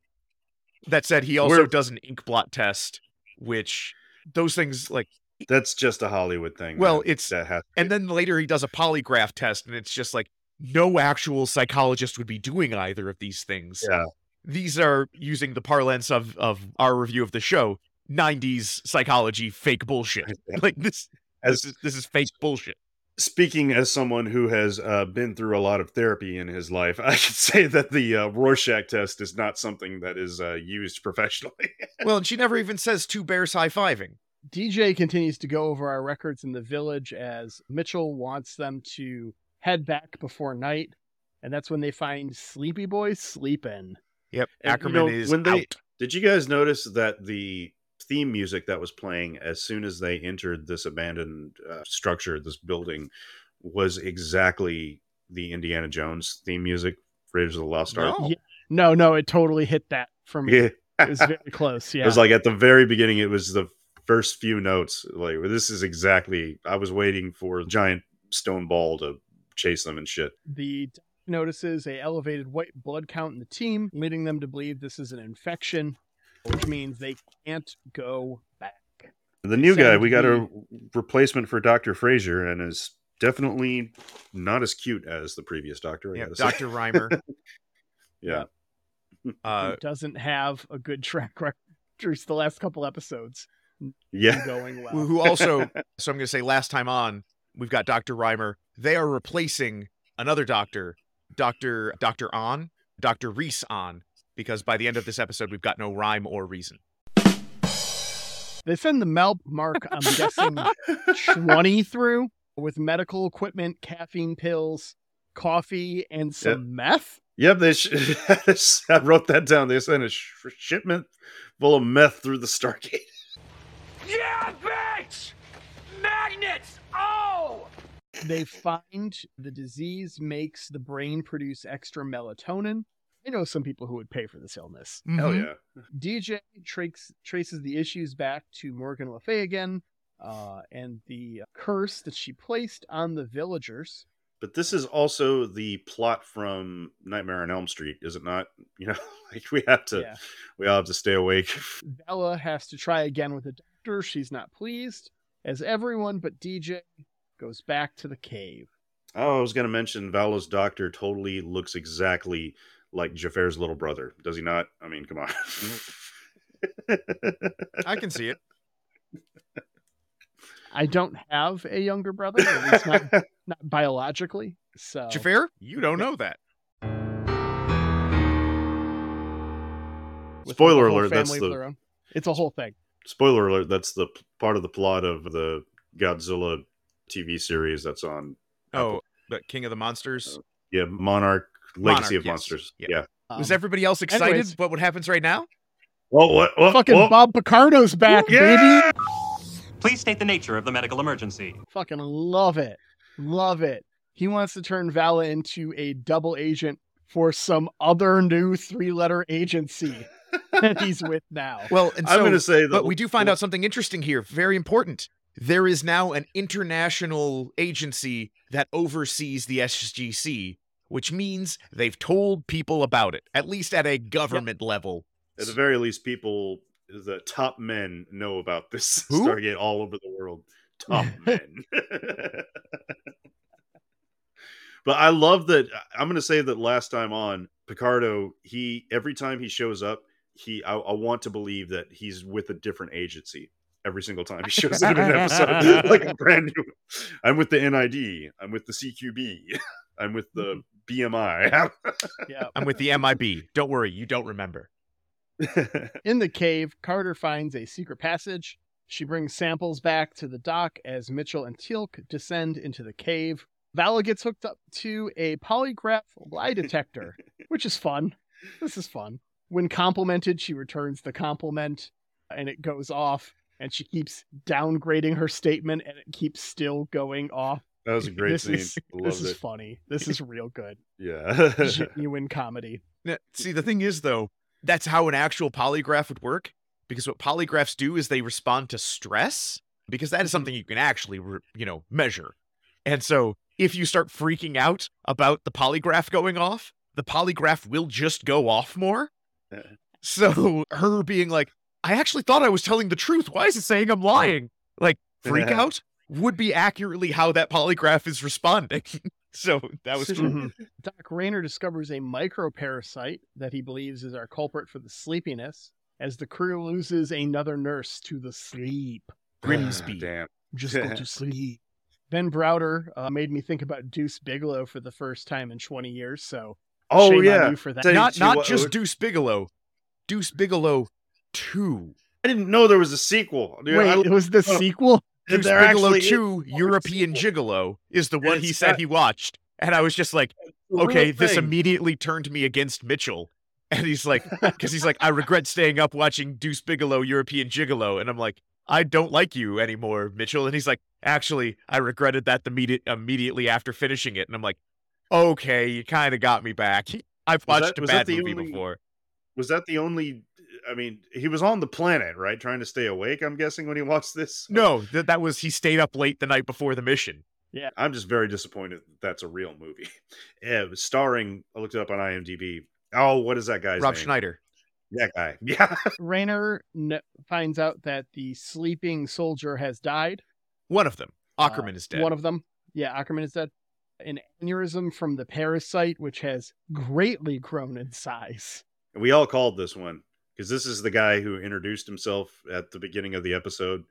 B: That said, he also
C: We're-
B: does an ink blot test, which those things like,
C: That's just a Hollywood thing.
B: Well,
C: man.
B: it's-
C: that has.
B: and then later he does a polygraph test, and it's just like no actual psychologist would be doing either of these things.
C: Yeah.
B: These are using the parlance of of our review of the show, '90s psychology fake bullshit. Like this,
C: As
B: this is this is fake bullshit.
C: speaking as someone who has uh, been through a lot of therapy in his life, I can say that the uh, Rorschach test is not something that is uh, used professionally.
B: Well, and she never even says two bears high fiving.
A: DJ continues to go over our records in the village as Mitchell wants them to head back before night. And that's when they find Sleepy Boy sleeping.
B: Yep,
C: And, you
B: Ackerman
C: know,
B: is
C: when they-
B: out.
C: Did you guys notice that the theme music that was playing as soon as they entered this abandoned uh, structure, this building, was exactly the Indiana Jones theme music, Raiders of the Lost Ark?
B: No.
A: Yeah. No, no, it totally hit that for me.
C: Yeah.
A: It was very close. Yeah.
C: It was like at the very beginning, it was the first few notes. Like, this is exactly, I was waiting for giant stone ball to chase them and shit.
A: The doctor notices a elevated white blood count in the team, leading them to believe this is an infection, which means they can't go back.
C: The new
A: Sounds
C: guy, we got a replacement for Dr. Frazier and is definitely not as cute as the previous doctor. I
B: Yeah,
C: gotta say.
B: Dr. Reimer.
C: Yeah.
B: Uh,
A: Who doesn't have a good track record through the last couple episodes
C: Yeah.
A: going
B: who
A: well.
B: who also, so I'm going to say last time on, we've got Dr. Reimer. They are replacing another doctor, Dr. Dr. On, Dr. Reese On, because by the end of this episode, we've got no rhyme or reason.
A: They send the Melp Mark, I'm guessing 20 through with medical equipment, caffeine pills, coffee, and some meth.
C: Yep, they. Sh- I wrote that down. They sent a sh- shipment full of meth through the Stargate.
D: Yeah, bitch! Magnets! Oh!
A: They find the disease makes the brain produce extra melatonin. I know some people who would pay for this illness.
C: Hell
B: Mhm.
C: yeah!
A: DJ trakes, traces the issues back to Morgan Le Fay again, uh, and the curse that she placed on the villagers.
C: But this is also the plot from Nightmare on Elm Street, is it not? You know, like we have to,
A: Yeah.
C: we all have to stay awake.
A: Bella has to try again with the doctor. She's not pleased, as everyone but DJ goes back to the cave.
C: Oh, I was going to mention Valo's doctor totally looks exactly like Jafar's little brother, does he not? I mean, come on.
B: I can see it.
A: I don't have a younger brother, at least not, not biologically. So
B: Jafar, you don't know that.
A: with
C: Spoiler
A: a whole
C: alert, that's
A: family of
C: the-
A: their own. It's a whole thing.
C: Spoiler alert: that's the p- part of the plot of the Godzilla TV series that's on.
B: Oh, but King of the Monsters.
C: Yeah, Monarch Legacy
B: Monarch,
C: of
B: yes.
C: Monsters.
B: Yeah.
C: Yeah.
B: Was
A: Um,
B: everybody else excited?
A: anyways.
B: What what happens right now?
C: Well, what? what
A: fucking
C: what?
A: Bob Picardo's back, baby?
C: Yeah!
G: Please state the nature of the medical emergency.
A: Fucking love it. Love it. He wants to turn Vala into a double agent for some other new three letter agency that he's with now.
B: Well, and
C: I'm
B: so,
C: going to say that.
B: but we do find out something interesting here, very important. There is now an international agency that oversees the SGC, which means they've told people about it, at least at a government level.
C: At the very least, people, the top men, know about this
B: Who?
C: Stargate all over the world. Top men. but I love that. I'm going to say that last time on Picardo, he every time he shows up, he I, I want to believe that he's with a different agency every single time he shows up in an episode, like a brand new. I'm with the NID. I'm with the CQB. I'm with
A: Mm-hmm.
C: the BMI.
A: Yeah.
B: I'm with the MIB. Don't worry, you don't remember.
A: In the cave, Carter finds a secret passage. She brings samples back to the dock as Mitchell and Teal'c descend into the cave. Vala gets hooked up to a polygraph lie detector, which is fun. This is fun. When complimented, she returns the compliment and it goes off, and she keeps downgrading her statement and it keeps still going off.
C: that was a great
A: this
C: scene.
A: Is,
C: I
A: this
C: loved
A: is
C: it.
A: funny. This is real good.
C: Yeah.
A: Genuine comedy.
B: Now, see, the thing is, though, that's how an actual polygraph would work because what polygraphs do is they respond to stress because that is something you can actually, re- you know, measure. And so if you start freaking out about the polygraph going off, the polygraph will just go off more.
C: Yeah.
B: So her being like, I actually thought I was telling the truth. Why is it saying I'm lying? Like, freak out would be accurately how that polygraph is responding. so that was true.
A: Doc Rayner discovers a microparasite that he believes is our culprit for the sleepiness as the crew loses another nurse to the sleep.
B: Grimsby.
C: Damn.
A: Just go to sleep. Ben Browder uh, made me think about Deuce Bigelow for the first time in 20 years, so
C: Oh
A: shame
C: yeah.
A: on you for that.
C: Tell you
B: not
C: two- uh,
B: not
C: what-
B: just
C: what-
B: Deuce Bigelow, Deuce Bigelow two,
C: I didn't know there was a sequel. Dude,
A: Wait,
C: I,
A: it was the
C: oh,
A: sequel?
C: there
B: Deuce Bigelow
C: actually is
B: two,
C: a
B: European Gigolo is the one
C: it's
B: he said
C: got-
B: he watched, and I was just like,
C: a real
B: okay, this
C: thing.
B: immediately turned me against Mitchell, and he's like, because he's like, I regret staying up watching Deuce Bigelow European Gigolo, and I'm like. I don't like you anymore, Mitchell. And he's like, actually, I regretted that the media- immediately after finishing it. And I'm like, okay, you kind of got me back. I've
C: Was that-
B: watched a
C: was that
B: bad
C: the
B: movie
C: only-
B: before.
C: was that the only? I mean, he was on the planet, right? Trying to stay awake. I'm guessing when he watched this.
B: No, th- that was he stayed up late the night before the mission.
C: I'm just very disappointed that that's a real movie. Yeah, it was starring. I looked it up on IMDb. Oh, what is that guy's
B: Rob
C: name?
B: Schneider.
C: That guy. Yeah.
A: Rayner n- finds out that the sleeping soldier has died.
B: One of them.
A: Uh,
B: Ackerman is dead.
A: One of them. Yeah, Ackerman is dead. An aneurysm from the parasite, which has greatly grown in size.
C: And we all called this one because this is the guy who introduced himself at the beginning of the episode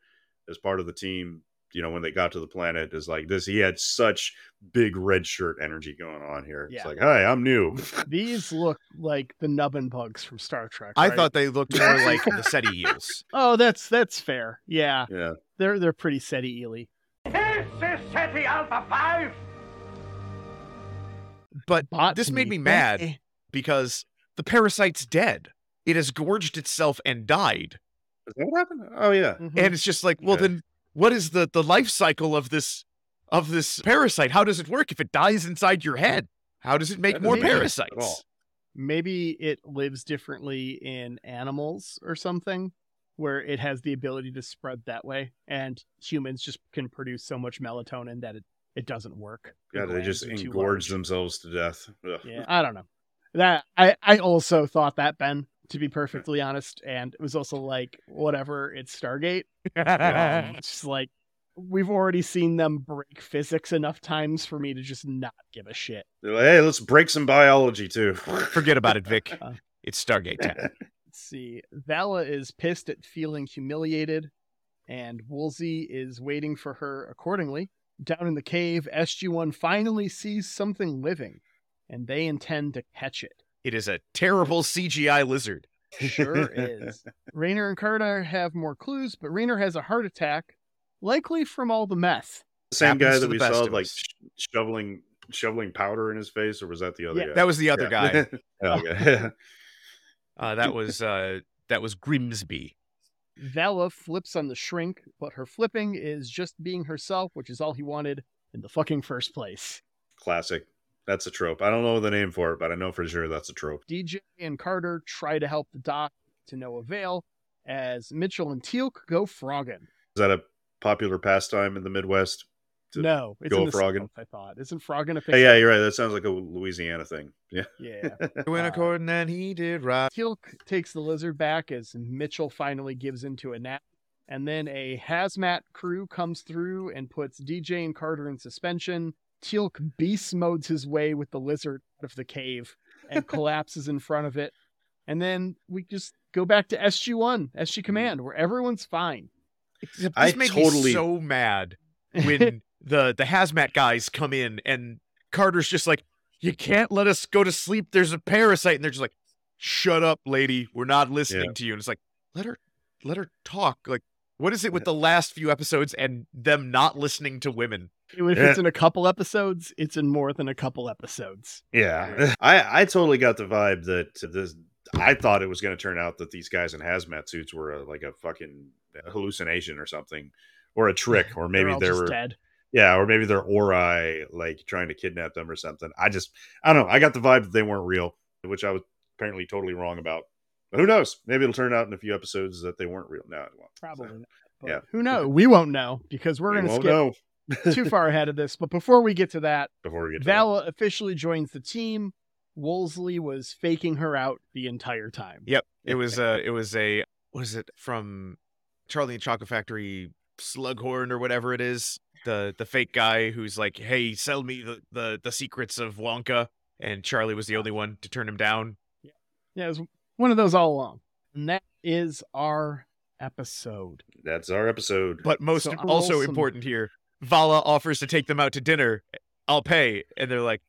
C: as part of the team. You know, when they got to the planet, is like this. He had such big red shirt energy going on here. It's
A: Yeah.
C: like, hi, I'm new.
A: These look like the nubbin bugs from Star Trek.
B: I
A: right?
B: thought they looked more like the SETI eels.
A: oh, that's that's fair. Yeah,
C: yeah.
A: they're they're pretty SETI eely.
D: This is SETI Alpha 5!
B: But
A: Bot
B: this made me
A: meat.
B: mad because the parasite's dead. It has gorged itself and died.
C: Is that what happened? Oh yeah.
A: Mhm.
B: Uh, And it's just like, well
C: Okay.
B: then what is the the life cycle of this of this parasite? How does it work if it dies inside your head? How does it make
C: That
B: more
A: doesn't make
C: sense at all.
B: parasites?
A: maybe it lives differently in animals or something, where it has the ability to spread that way, and humans just can produce so much melatonin that it it doesn't work. The
C: Yeah, they
A: glands
C: just
A: are too
C: engorge
A: large.
C: themselves to death. Ugh.
A: Yeah, I don't know. That I I also thought that Ben, to be perfectly honest, and it was also like whatever. It's Stargate. Um, it's just like we've already seen them break physics enough times for me to just not give a shit.
C: They're like, hey, let's break some biology too.
B: Forget about it, Vic.
A: Uh.
B: It's Stargate time.
A: Let's see. Vala is pissed at feeling humiliated, and Woolsey is waiting for her accordingly. Down in the cave, SG1 finally sees something living, and they intend to catch it.
B: It is a terrible CGI lizard.
A: Sure is. Rainer and Carter have more clues, but Rainer has a heart attack, likely from all the meth.
C: Same guy
B: Happens to
C: that
B: the
C: we
B: best
C: saw
B: of
C: like
B: us.
C: sh- shoveling shoveling powder in his face, or was that the other
A: Yeah,
C: guy?
B: That was the other guy.
C: guy. okay.
B: Uh, that was uh, that was Grimsby.
A: Vala flips on the shrink, but her flipping is just being herself, which is all he wanted in the fucking first place.
C: Classic. That's a trope. I don't know the name for it, but I know for sure that's a trope.
A: DJ and Carter try to help the doc to no avail as Mitchell and Teal'c go frogging.
C: Is that a popular pastime in the Midwest? to
A: no, it's
C: go
A: in the
C: Froggen?
A: South, I thought isn't Froggen a
C: Oh,
A: picture?
C: yeah, you're right. That sounds like a Louisiana thing. Yeah.
A: yeah.
B: Went
A: Uh,
B: according and he did right.
A: Teal c- takes the lizard back as Mitchell finally gives into a nap. And then a hazmat crew comes through and puts DJ and Carter in suspension. Teal'c beast modes his way with the lizard out of the cave and collapses in front of it. And then we just go back to SG1,
C: Mm-hmm.
A: SG Command, where everyone's fine.
B: Except
C: I
B: this made
C: totally-
B: me so mad when the the hazmat guys come in and Carter's just like, "You can't let us go to sleep. There's a parasite," and they're just like, "Shut up, lady. We're not listening to you." And it's like, let her let her talk. Like, what is it with the last few episodes and them not listening to women?
A: If
C: Yeah.
A: it's in a couple episodes, it's in more than a couple episodes.
C: Yeah. I, I totally got the vibe that this, I thought it was going to turn out that these guys in hazmat suits were a, like a fucking hallucination or something, or a trick, or
A: They're
C: maybe
A: all
C: they
A: just
C: were,
A: dead.
C: yeah, or maybe they're Ori like trying to kidnap them or something. I just, I don't know. I got the vibe that they weren't real, which I was apparently totally wrong about. But who knows? Maybe it'll turn out in a few episodes that they weren't real. No, it won't.
A: Probably not. But
C: yeah.
A: Who knows? We won't know because we're
C: we
A: going to
C: won't
A: skip
C: know
A: too far ahead of this. But before we get to that,
C: before we get to that.
A: Vala officially joins the team. Wolseley was faking her out the entire time.
B: Yep, it was a it was a was it from Charlie and the Chocolate Factory Slughorn or whatever it is the the fake guy who's like, hey, sell me the the, the secrets of Wonka, and Charlie was the only one to turn him down.
A: Yeah, it was one of those all along. And that is our episode.
C: That's our episode.
B: But most
A: So
B: also
A: awesome.
B: important here, Vala offers to take them out to dinner. I'll pay, and they're like,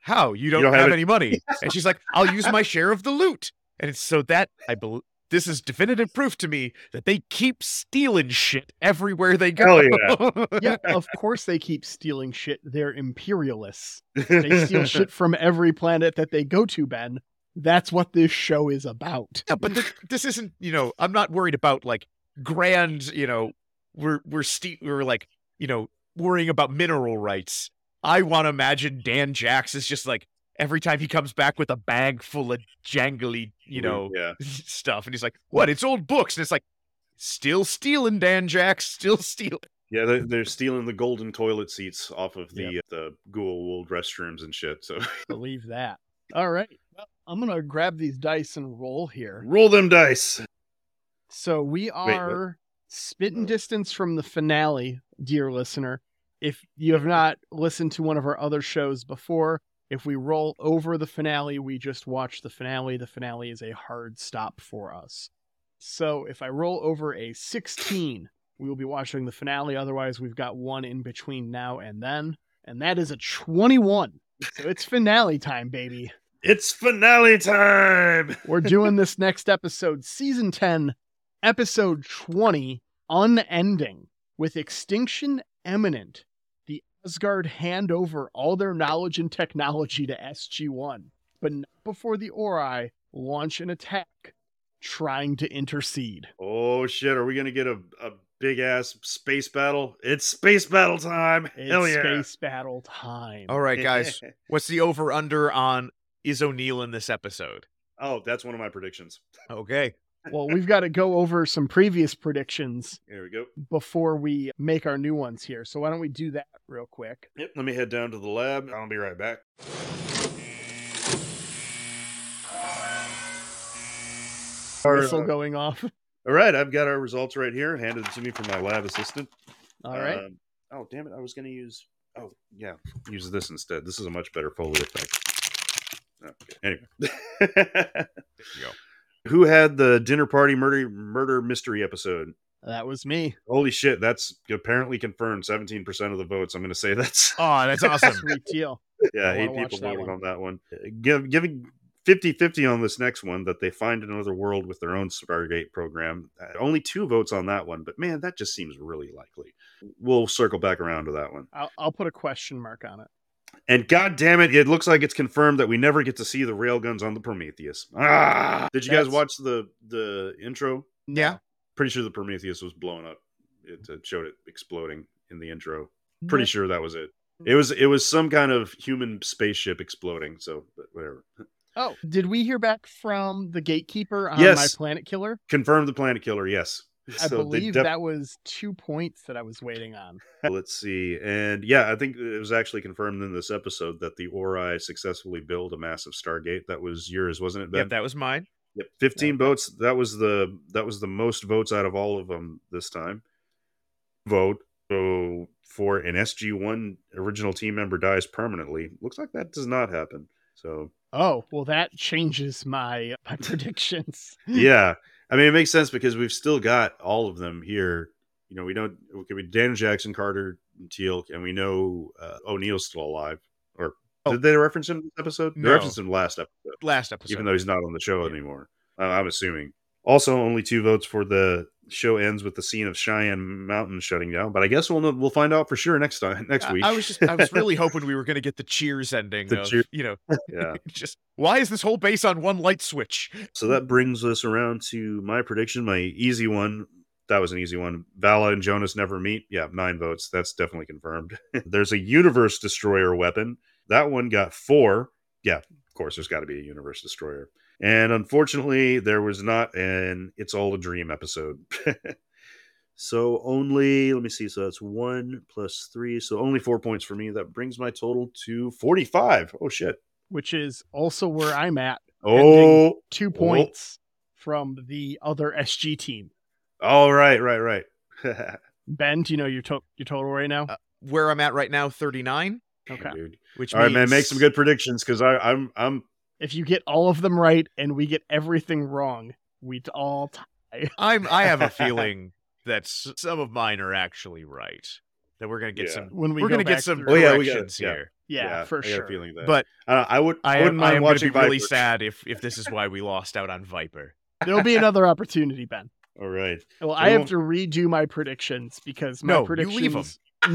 B: how you don't,
C: don't have
B: have,
C: it."
B: any money? and she's like, I'll use my share of the loot, and it's so that I believe. This is definitive proof to me that they keep stealing shit everywhere they go.
C: Hell
B: yeah.
A: Yeah, of course they keep stealing shit. They're imperialists. They steal shit from every planet that they go to, Ben. That's what this show is about.
B: Yeah, but this, this isn't, you know, I'm not worried about like grand, you know, we're we're ste- we're like, you know, worrying about mineral rights. I want to imagine Dan Jax is just like every time he comes back with a bag full of jangly, you know,
C: yeah.
B: stuff, and he's like, "What? It's old books," and it's like, still stealing, Dan Jax, still stealing.
C: Yeah, they're, they're stealing the golden toilet seats off of the uh,
A: Yep.
C: the ghoul old restrooms and shit. So
A: Believe that. All right. Well, I'm going to grab these dice and roll here.
C: roll them dice.
A: So we
C: what?
A: are spitting
C: Oh.
A: distance from the finale, dear listener. If you have not listened to one of our other shows before, if we roll over the finale, we just watch the finale. The finale is a hard stop for us. So if I roll over a 16, we will be watching the finale. Otherwise, we've got one in between now and then. And that is a 21. So it's finale time, baby.
C: It's finale time.
A: We're doing this next episode, season 10, episode 20, unending, with extinction imminent. The Asgard hand over all their knowledge and technology to SG1, but not before the Ori launch an attack trying to intercede.
C: Oh shit! Are we gonna get a, a big ass space battle? It's space battle time.
A: It's
C: Hell yeah!
A: space battle time.
B: All right, guys, what's the over under on is O'Neill in this episode?
C: oh, that's one of my predictions.
B: Okay,
A: Well, we've got to go over some previous predictions
C: Here we go.
A: before we make our new ones here. So why don't we do that real quick?
C: Yep. Let me head down to the lab. I'll be right back.
A: Whistle going off.
C: All right, I've got our results right here, handed to me from my lab assistant.
A: All right.
C: Um, oh damn it! I was gonna use. Oh yeah, use this instead. This is a much better folio thing. Okay. Anyway,
B: you go.
C: who had the dinner party murder murder mystery episode?
A: That was me.
C: Holy shit! That's apparently confirmed. Seventeen percent of the votes. I'm gonna say that's
B: oh, that's awesome.
A: Sweet deal.
C: yeah.
A: I wanna
C: Eight
A: watch
C: people
A: that
C: voted
A: one.
C: on that one. Uh, Give, giving 50-50 on this next one that they find another world with their own Stargate program. Uh, Only two votes on that one, but man, that just seems really likely. We'll circle back around to that one.
A: I'll, I'll put a question mark on it.
C: And god damn it, it looks like it's confirmed that we never get to see the railguns on the Prometheus. Ah! Did you guys
A: That's-
C: watch the the intro?
B: Yeah.
C: Pretty sure the Prometheus was blown up. It uh, showed it exploding in the intro. Pretty sure that was it. It was it was some kind of human spaceship exploding. So but whatever.
A: Oh, did we hear back from the gatekeeper on
C: Yes.
A: my Planet Killer?
C: Confirmed the Planet Killer. Yes.
A: I
C: so they
A: believe
C: definitely.
A: that was two points that I was waiting on.
C: Let's see. And yeah, I think it was actually confirmed in this episode that the Ori successfully built a massive Stargate. That was yours, wasn't it, Ben?
B: Yep, that was mine.
C: Yep, 15
A: Yeah.
C: votes. That was the that was the most votes out of all of them this time. Vote. So for an SG1 original team member dies permanently. Looks like that does not happen. So
A: Oh, well, that changes my my predictions.
B: Hmm.
C: yeah, I mean it makes sense because we've still got all of them here. You know, we don't. Okay, we Dan Jackson, Carter, and Teal, and we know uh, O'Neill's still alive. Or
B: Oh.
C: did they reference him this episode?
B: No.
C: They referenced him last episode.
B: Last episode.
C: even though he's not on the show
B: Yeah.
C: anymore. I- I'm assuming. Also, only two votes for the show ends with the scene of Cheyenne Mountain shutting down. But I guess we'll know, we'll find out for sure next time next
B: I-
C: week.
B: I, was just I was really hoping we were going to get the cheers ending
C: The
B: of,
C: cheer-
B: you know,
C: yeah.
B: just why is this whole base on one light switch?
C: So that brings us around to my prediction, my easy one. That was an easy one. Vala and Jonas never meet. Yeah, nine votes. That's definitely confirmed. there's a universe destroyer weapon. That one got four. Yeah, of course, there's got to be a universe destroyer. And unfortunately, there was not an It's All a Dream episode. so only, let me see. So that's one plus three. So only four points for me. That brings my total to 45. Oh, shit.
A: Which is also where I'm at.
C: Oh,
A: Two
C: Oh.
A: points from the other SG team.
C: all right, right, right.
A: Ben, do you know your to- your total right now?
B: Uh, Where I'm at right now, 39,
A: okay.
C: Dude.
B: which
C: All right, man, make
B: means-
C: some good predictions because I'm I'm
A: If you get all of them right and we get everything wrong, we'd all tie.
B: I'm I have a feeling that s- some of mine are actually right. That we're going to get
C: Yeah.
B: some
A: When we
B: we are
A: go
B: going to
A: back
B: get some
A: through-
C: Oh, yeah, we got-
B: corrections
C: yeah.
B: here.
A: yeah, for
C: I got
A: sure.
C: a feeling that.
B: But
C: uh, I would I,
B: I
C: wouldn't
B: am, I
C: mind
B: am going to
C: watching
B: be really
C: Viper.
B: sad if if this is why we lost out on Viper.
A: There'll be another opportunity, Ben.
C: All right,
A: Well,
C: We
A: I have
C: won't-
A: to redo my predictions because my
B: No, you
A: predictions.
B: leave 'em.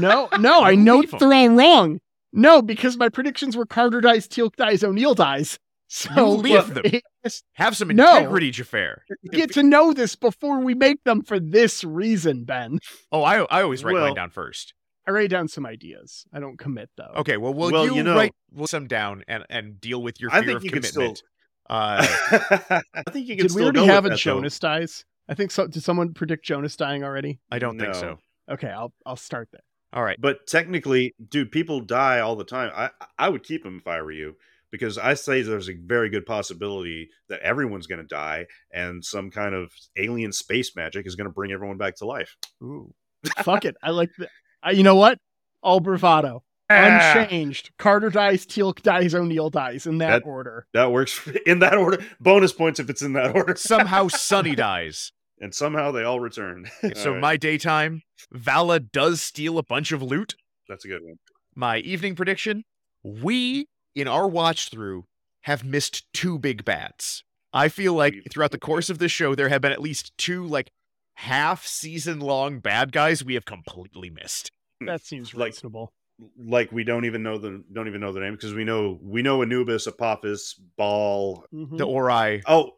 A: No, no, I
B: You
A: know
B: leave 'em.
A: they're all wrong. No, because my predictions were Carter dies, Teal dies, O'Neill dies. So
B: You leave them.
A: it-
B: Have some
A: No.
B: integrity, Jafar.
A: get to know this before we make them for this reason, Ben.
B: Oh, I I always write
C: Well-
B: mine down first.
A: I write down some ideas. I don't commit though.
B: Okay, well, will
C: Well,
B: you,
C: you know-
B: write some down and and deal with your fear
C: I think
B: of
C: you could
B: commitment?
C: still-
B: Uh,
C: I think you
A: Did
C: can
A: we
C: still
A: already
C: go
A: have
C: with
A: a
C: that, though.
A: Jonas dies? I think so. Did someone predict Jonas dying already?
B: I don't think
C: No.
B: so.
A: Okay, I'll I'll start there.
B: All right.
C: But technically, dude, people die all the time. I I would keep him if I were you because I say there's a very good possibility that everyone's going to die and some kind of alien space magic is going to bring everyone back to life.
A: Ooh, fuck it. I like that. You know what? All bravado,
C: Ah.
A: unchanged. Carter dies, Teal dies, O'Neill dies in that,
C: That-
A: order.
C: That works for- in that order. Bonus points if it's in that order.
B: Somehow Sunny dies.
C: And somehow they all return.
B: so
C: All right,
B: my daytime, Vala does steal a bunch of loot.
C: that's a good one.
B: My evening prediction, we in our watch through have missed two big bats. I feel like
C: We've-
B: throughout the course of this show there have been at least two like half season long bad guys we have completely missed.
A: That seems
C: Like-
A: reasonable.
C: like we don't even know the don't even know the name because we know we know Anubis, Apophis, Baal.
A: Mhm.
B: The Ori
C: Oh,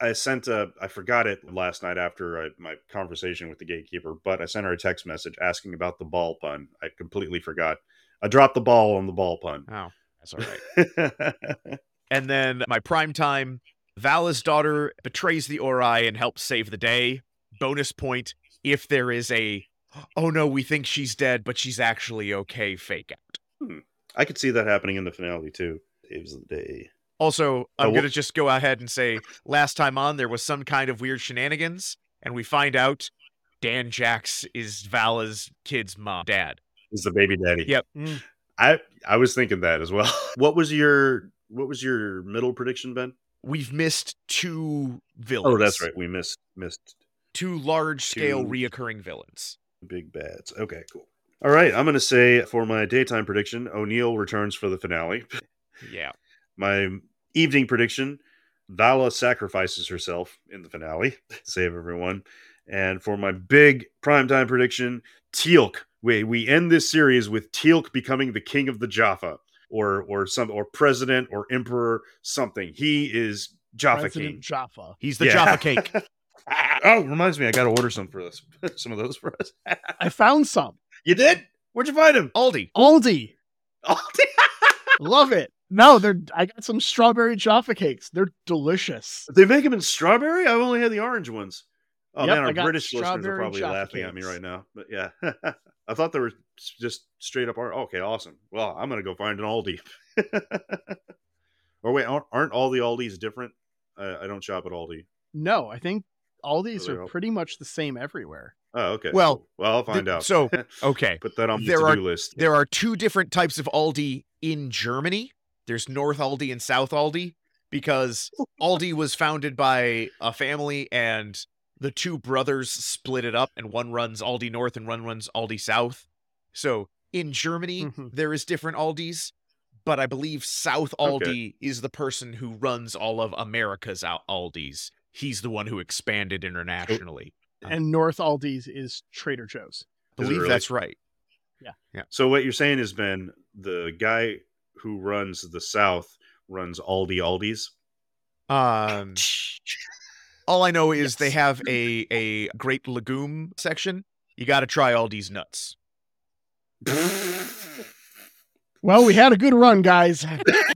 C: I sent a I forgot it last night after I, my conversation with the gatekeeper, but I sent her a text message asking about the ball pun. I completely forgot. I dropped the ball on the ball pun.
B: Oh, that's all right. And then my prime time, Vala's daughter betrays the Ori and helps save the day. Bonus point if there is a oh no, we think she's dead, but she's actually okay fake out.
C: I could see that happening in the finale too. Saves the day.
B: Also, I'm
C: Oh, wh-
B: gonna just go ahead and say last time on there was some kind of weird shenanigans, and we find out Dan Jax is Vala's kid's mom dad.
C: Is the baby daddy.
B: Yep.
A: Mm.
C: I I was thinking that as well. What was your what was your middle prediction, Ben?
B: We've missed two villains.
C: Oh, that's right. We missed missed
B: Two large scale
C: Two-
B: reoccurring villains.
C: Big bads. Okay, cool. All right, I'm going to say for my daytime prediction, O'Neill returns for the finale.
B: Yeah.
C: My evening prediction, Vala sacrifices herself in the finale to save everyone. And for my big primetime prediction, Teal'c. We we end this series with Teal'c becoming the king of the Jaffa or or some or president or emperor something. He is Jaffa
A: President
C: king.
A: Jaffa.
B: He's the
C: Yeah.
B: Jaffa cake.
C: oh, reminds me, I got to order some for us. some of those for us.
A: I found some
C: you did? Where'd you find him?
B: Aldi.
A: Aldi.
C: Oh,
A: Love it. No, they're. I got some strawberry Jaffa cakes. They're delicious.
C: They make them in strawberry. I've only had the orange ones. Oh
A: Yep,
C: man,
A: I
C: our
A: got
C: British listeners are
A: strawberry
C: probably
A: Jaffa
C: laughing at me
A: cakes.
C: right now. But yeah, I thought they were s- just straight up. Ar- okay, awesome. Well, I'm gonna go find an Aldi. or wait, aren't aren't all the Aldis different? I, I don't shop at Aldi.
A: No, I think all these
C: Really
A: are
C: hope-
A: pretty much the same everywhere.
C: Oh, okay.
B: Well,
C: well, I'll
B: the-
C: find out.
B: so, okay.
C: put that on the
B: there
C: to-do
B: are-
C: list.
B: There are two different types of Aldi in Germany. There's North Aldi and South Aldi because Aldi was founded by a family and the two brothers split it up and one runs Aldi North and one runs Aldi South. So in Germany,
C: Mm-hmm.
A: Mhm.
B: there is different Aldis, but I believe South Aldi
C: Okay.
B: is the person who runs all of America's Al- Aldis. He's the one who expanded internationally.
A: And North Aldi's is Trader Joe's.
B: I believe
C: really?
B: that's right.
C: So what you're saying is, Ben, the guy who runs the South runs Aldi Aldis.
B: Um, all I know is they have a a great legume section. You got to try Aldi's nuts.
A: Well, we had a good run, guys.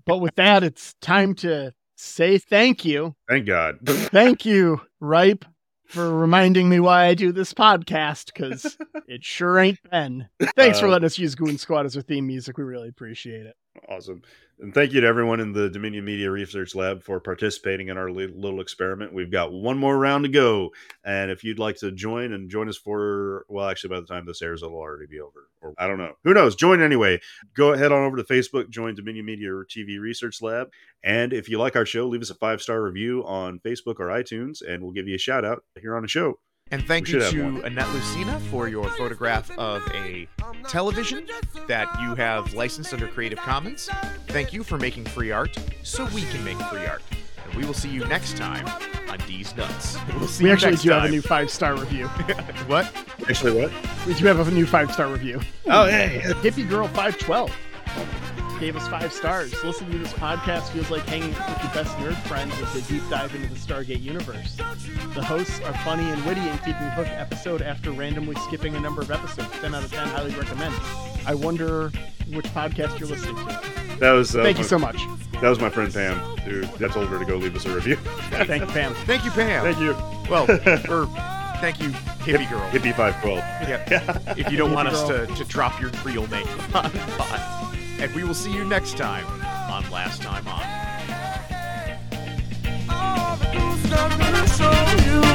A: but with that, it's time to say thank you.
C: Thank God.
A: Thank you, Ripe, for reminding me why I do this podcast, because it sure ain't Ben. Thanks for
C: Uh,
A: letting us use Goon Squad as our theme music. We really appreciate it.
C: Awesome. And thank you to everyone in the Dominion Media Research Lab for participating in our li- little experiment. We've got one more round to go. And if you'd like to join and join us for, well, actually, by the time this airs, it'll already be over. Or I don't know. Who knows? Join anyway. Go ahead on over to Facebook, join Dominion Media TV Research Lab. And if you like our show, leave us a five star review on Facebook or iTunes, and we'll give you a shout out here on the show.
B: And thank
C: We
B: you
C: should have
B: to Annette Lucina for your photograph of a television that you have licensed under Creative Commons. Thank you for making free art so we can make free art. And we will see you next time on D's Nuts. We'll see
A: we
B: you
A: actually
B: next
A: do have a
B: time.
A: new five star review.
B: what?
C: Actually, what?
A: we do have a new five star review.
C: Oh, hey.
A: Hippie Girl 512 gave us five stars. Listening to this podcast feels like hanging out with your best nerd friends as they deep dive into the Stargate universe. The hosts are funny and witty and keep me hooked episode after randomly skipping a number of episodes. 10 out of 10, highly recommend. I wonder which podcast you're listening to.
C: That was, uh,
A: Thank
C: my,
A: you so much.
C: That was my friend Pam, who I told her to go leave us a review.
A: Thank you, Pam.
B: Thank you, Pam.
C: Thank you.
B: Well, or thank you, hippie girl.
C: Hippie 512.
B: Yeah. If you don't want
A: Hippie
B: us
A: girl.
B: to, to drop your real name on the pod. And we will see you next time on Last Time On.
H: All the good stuff gonna show you.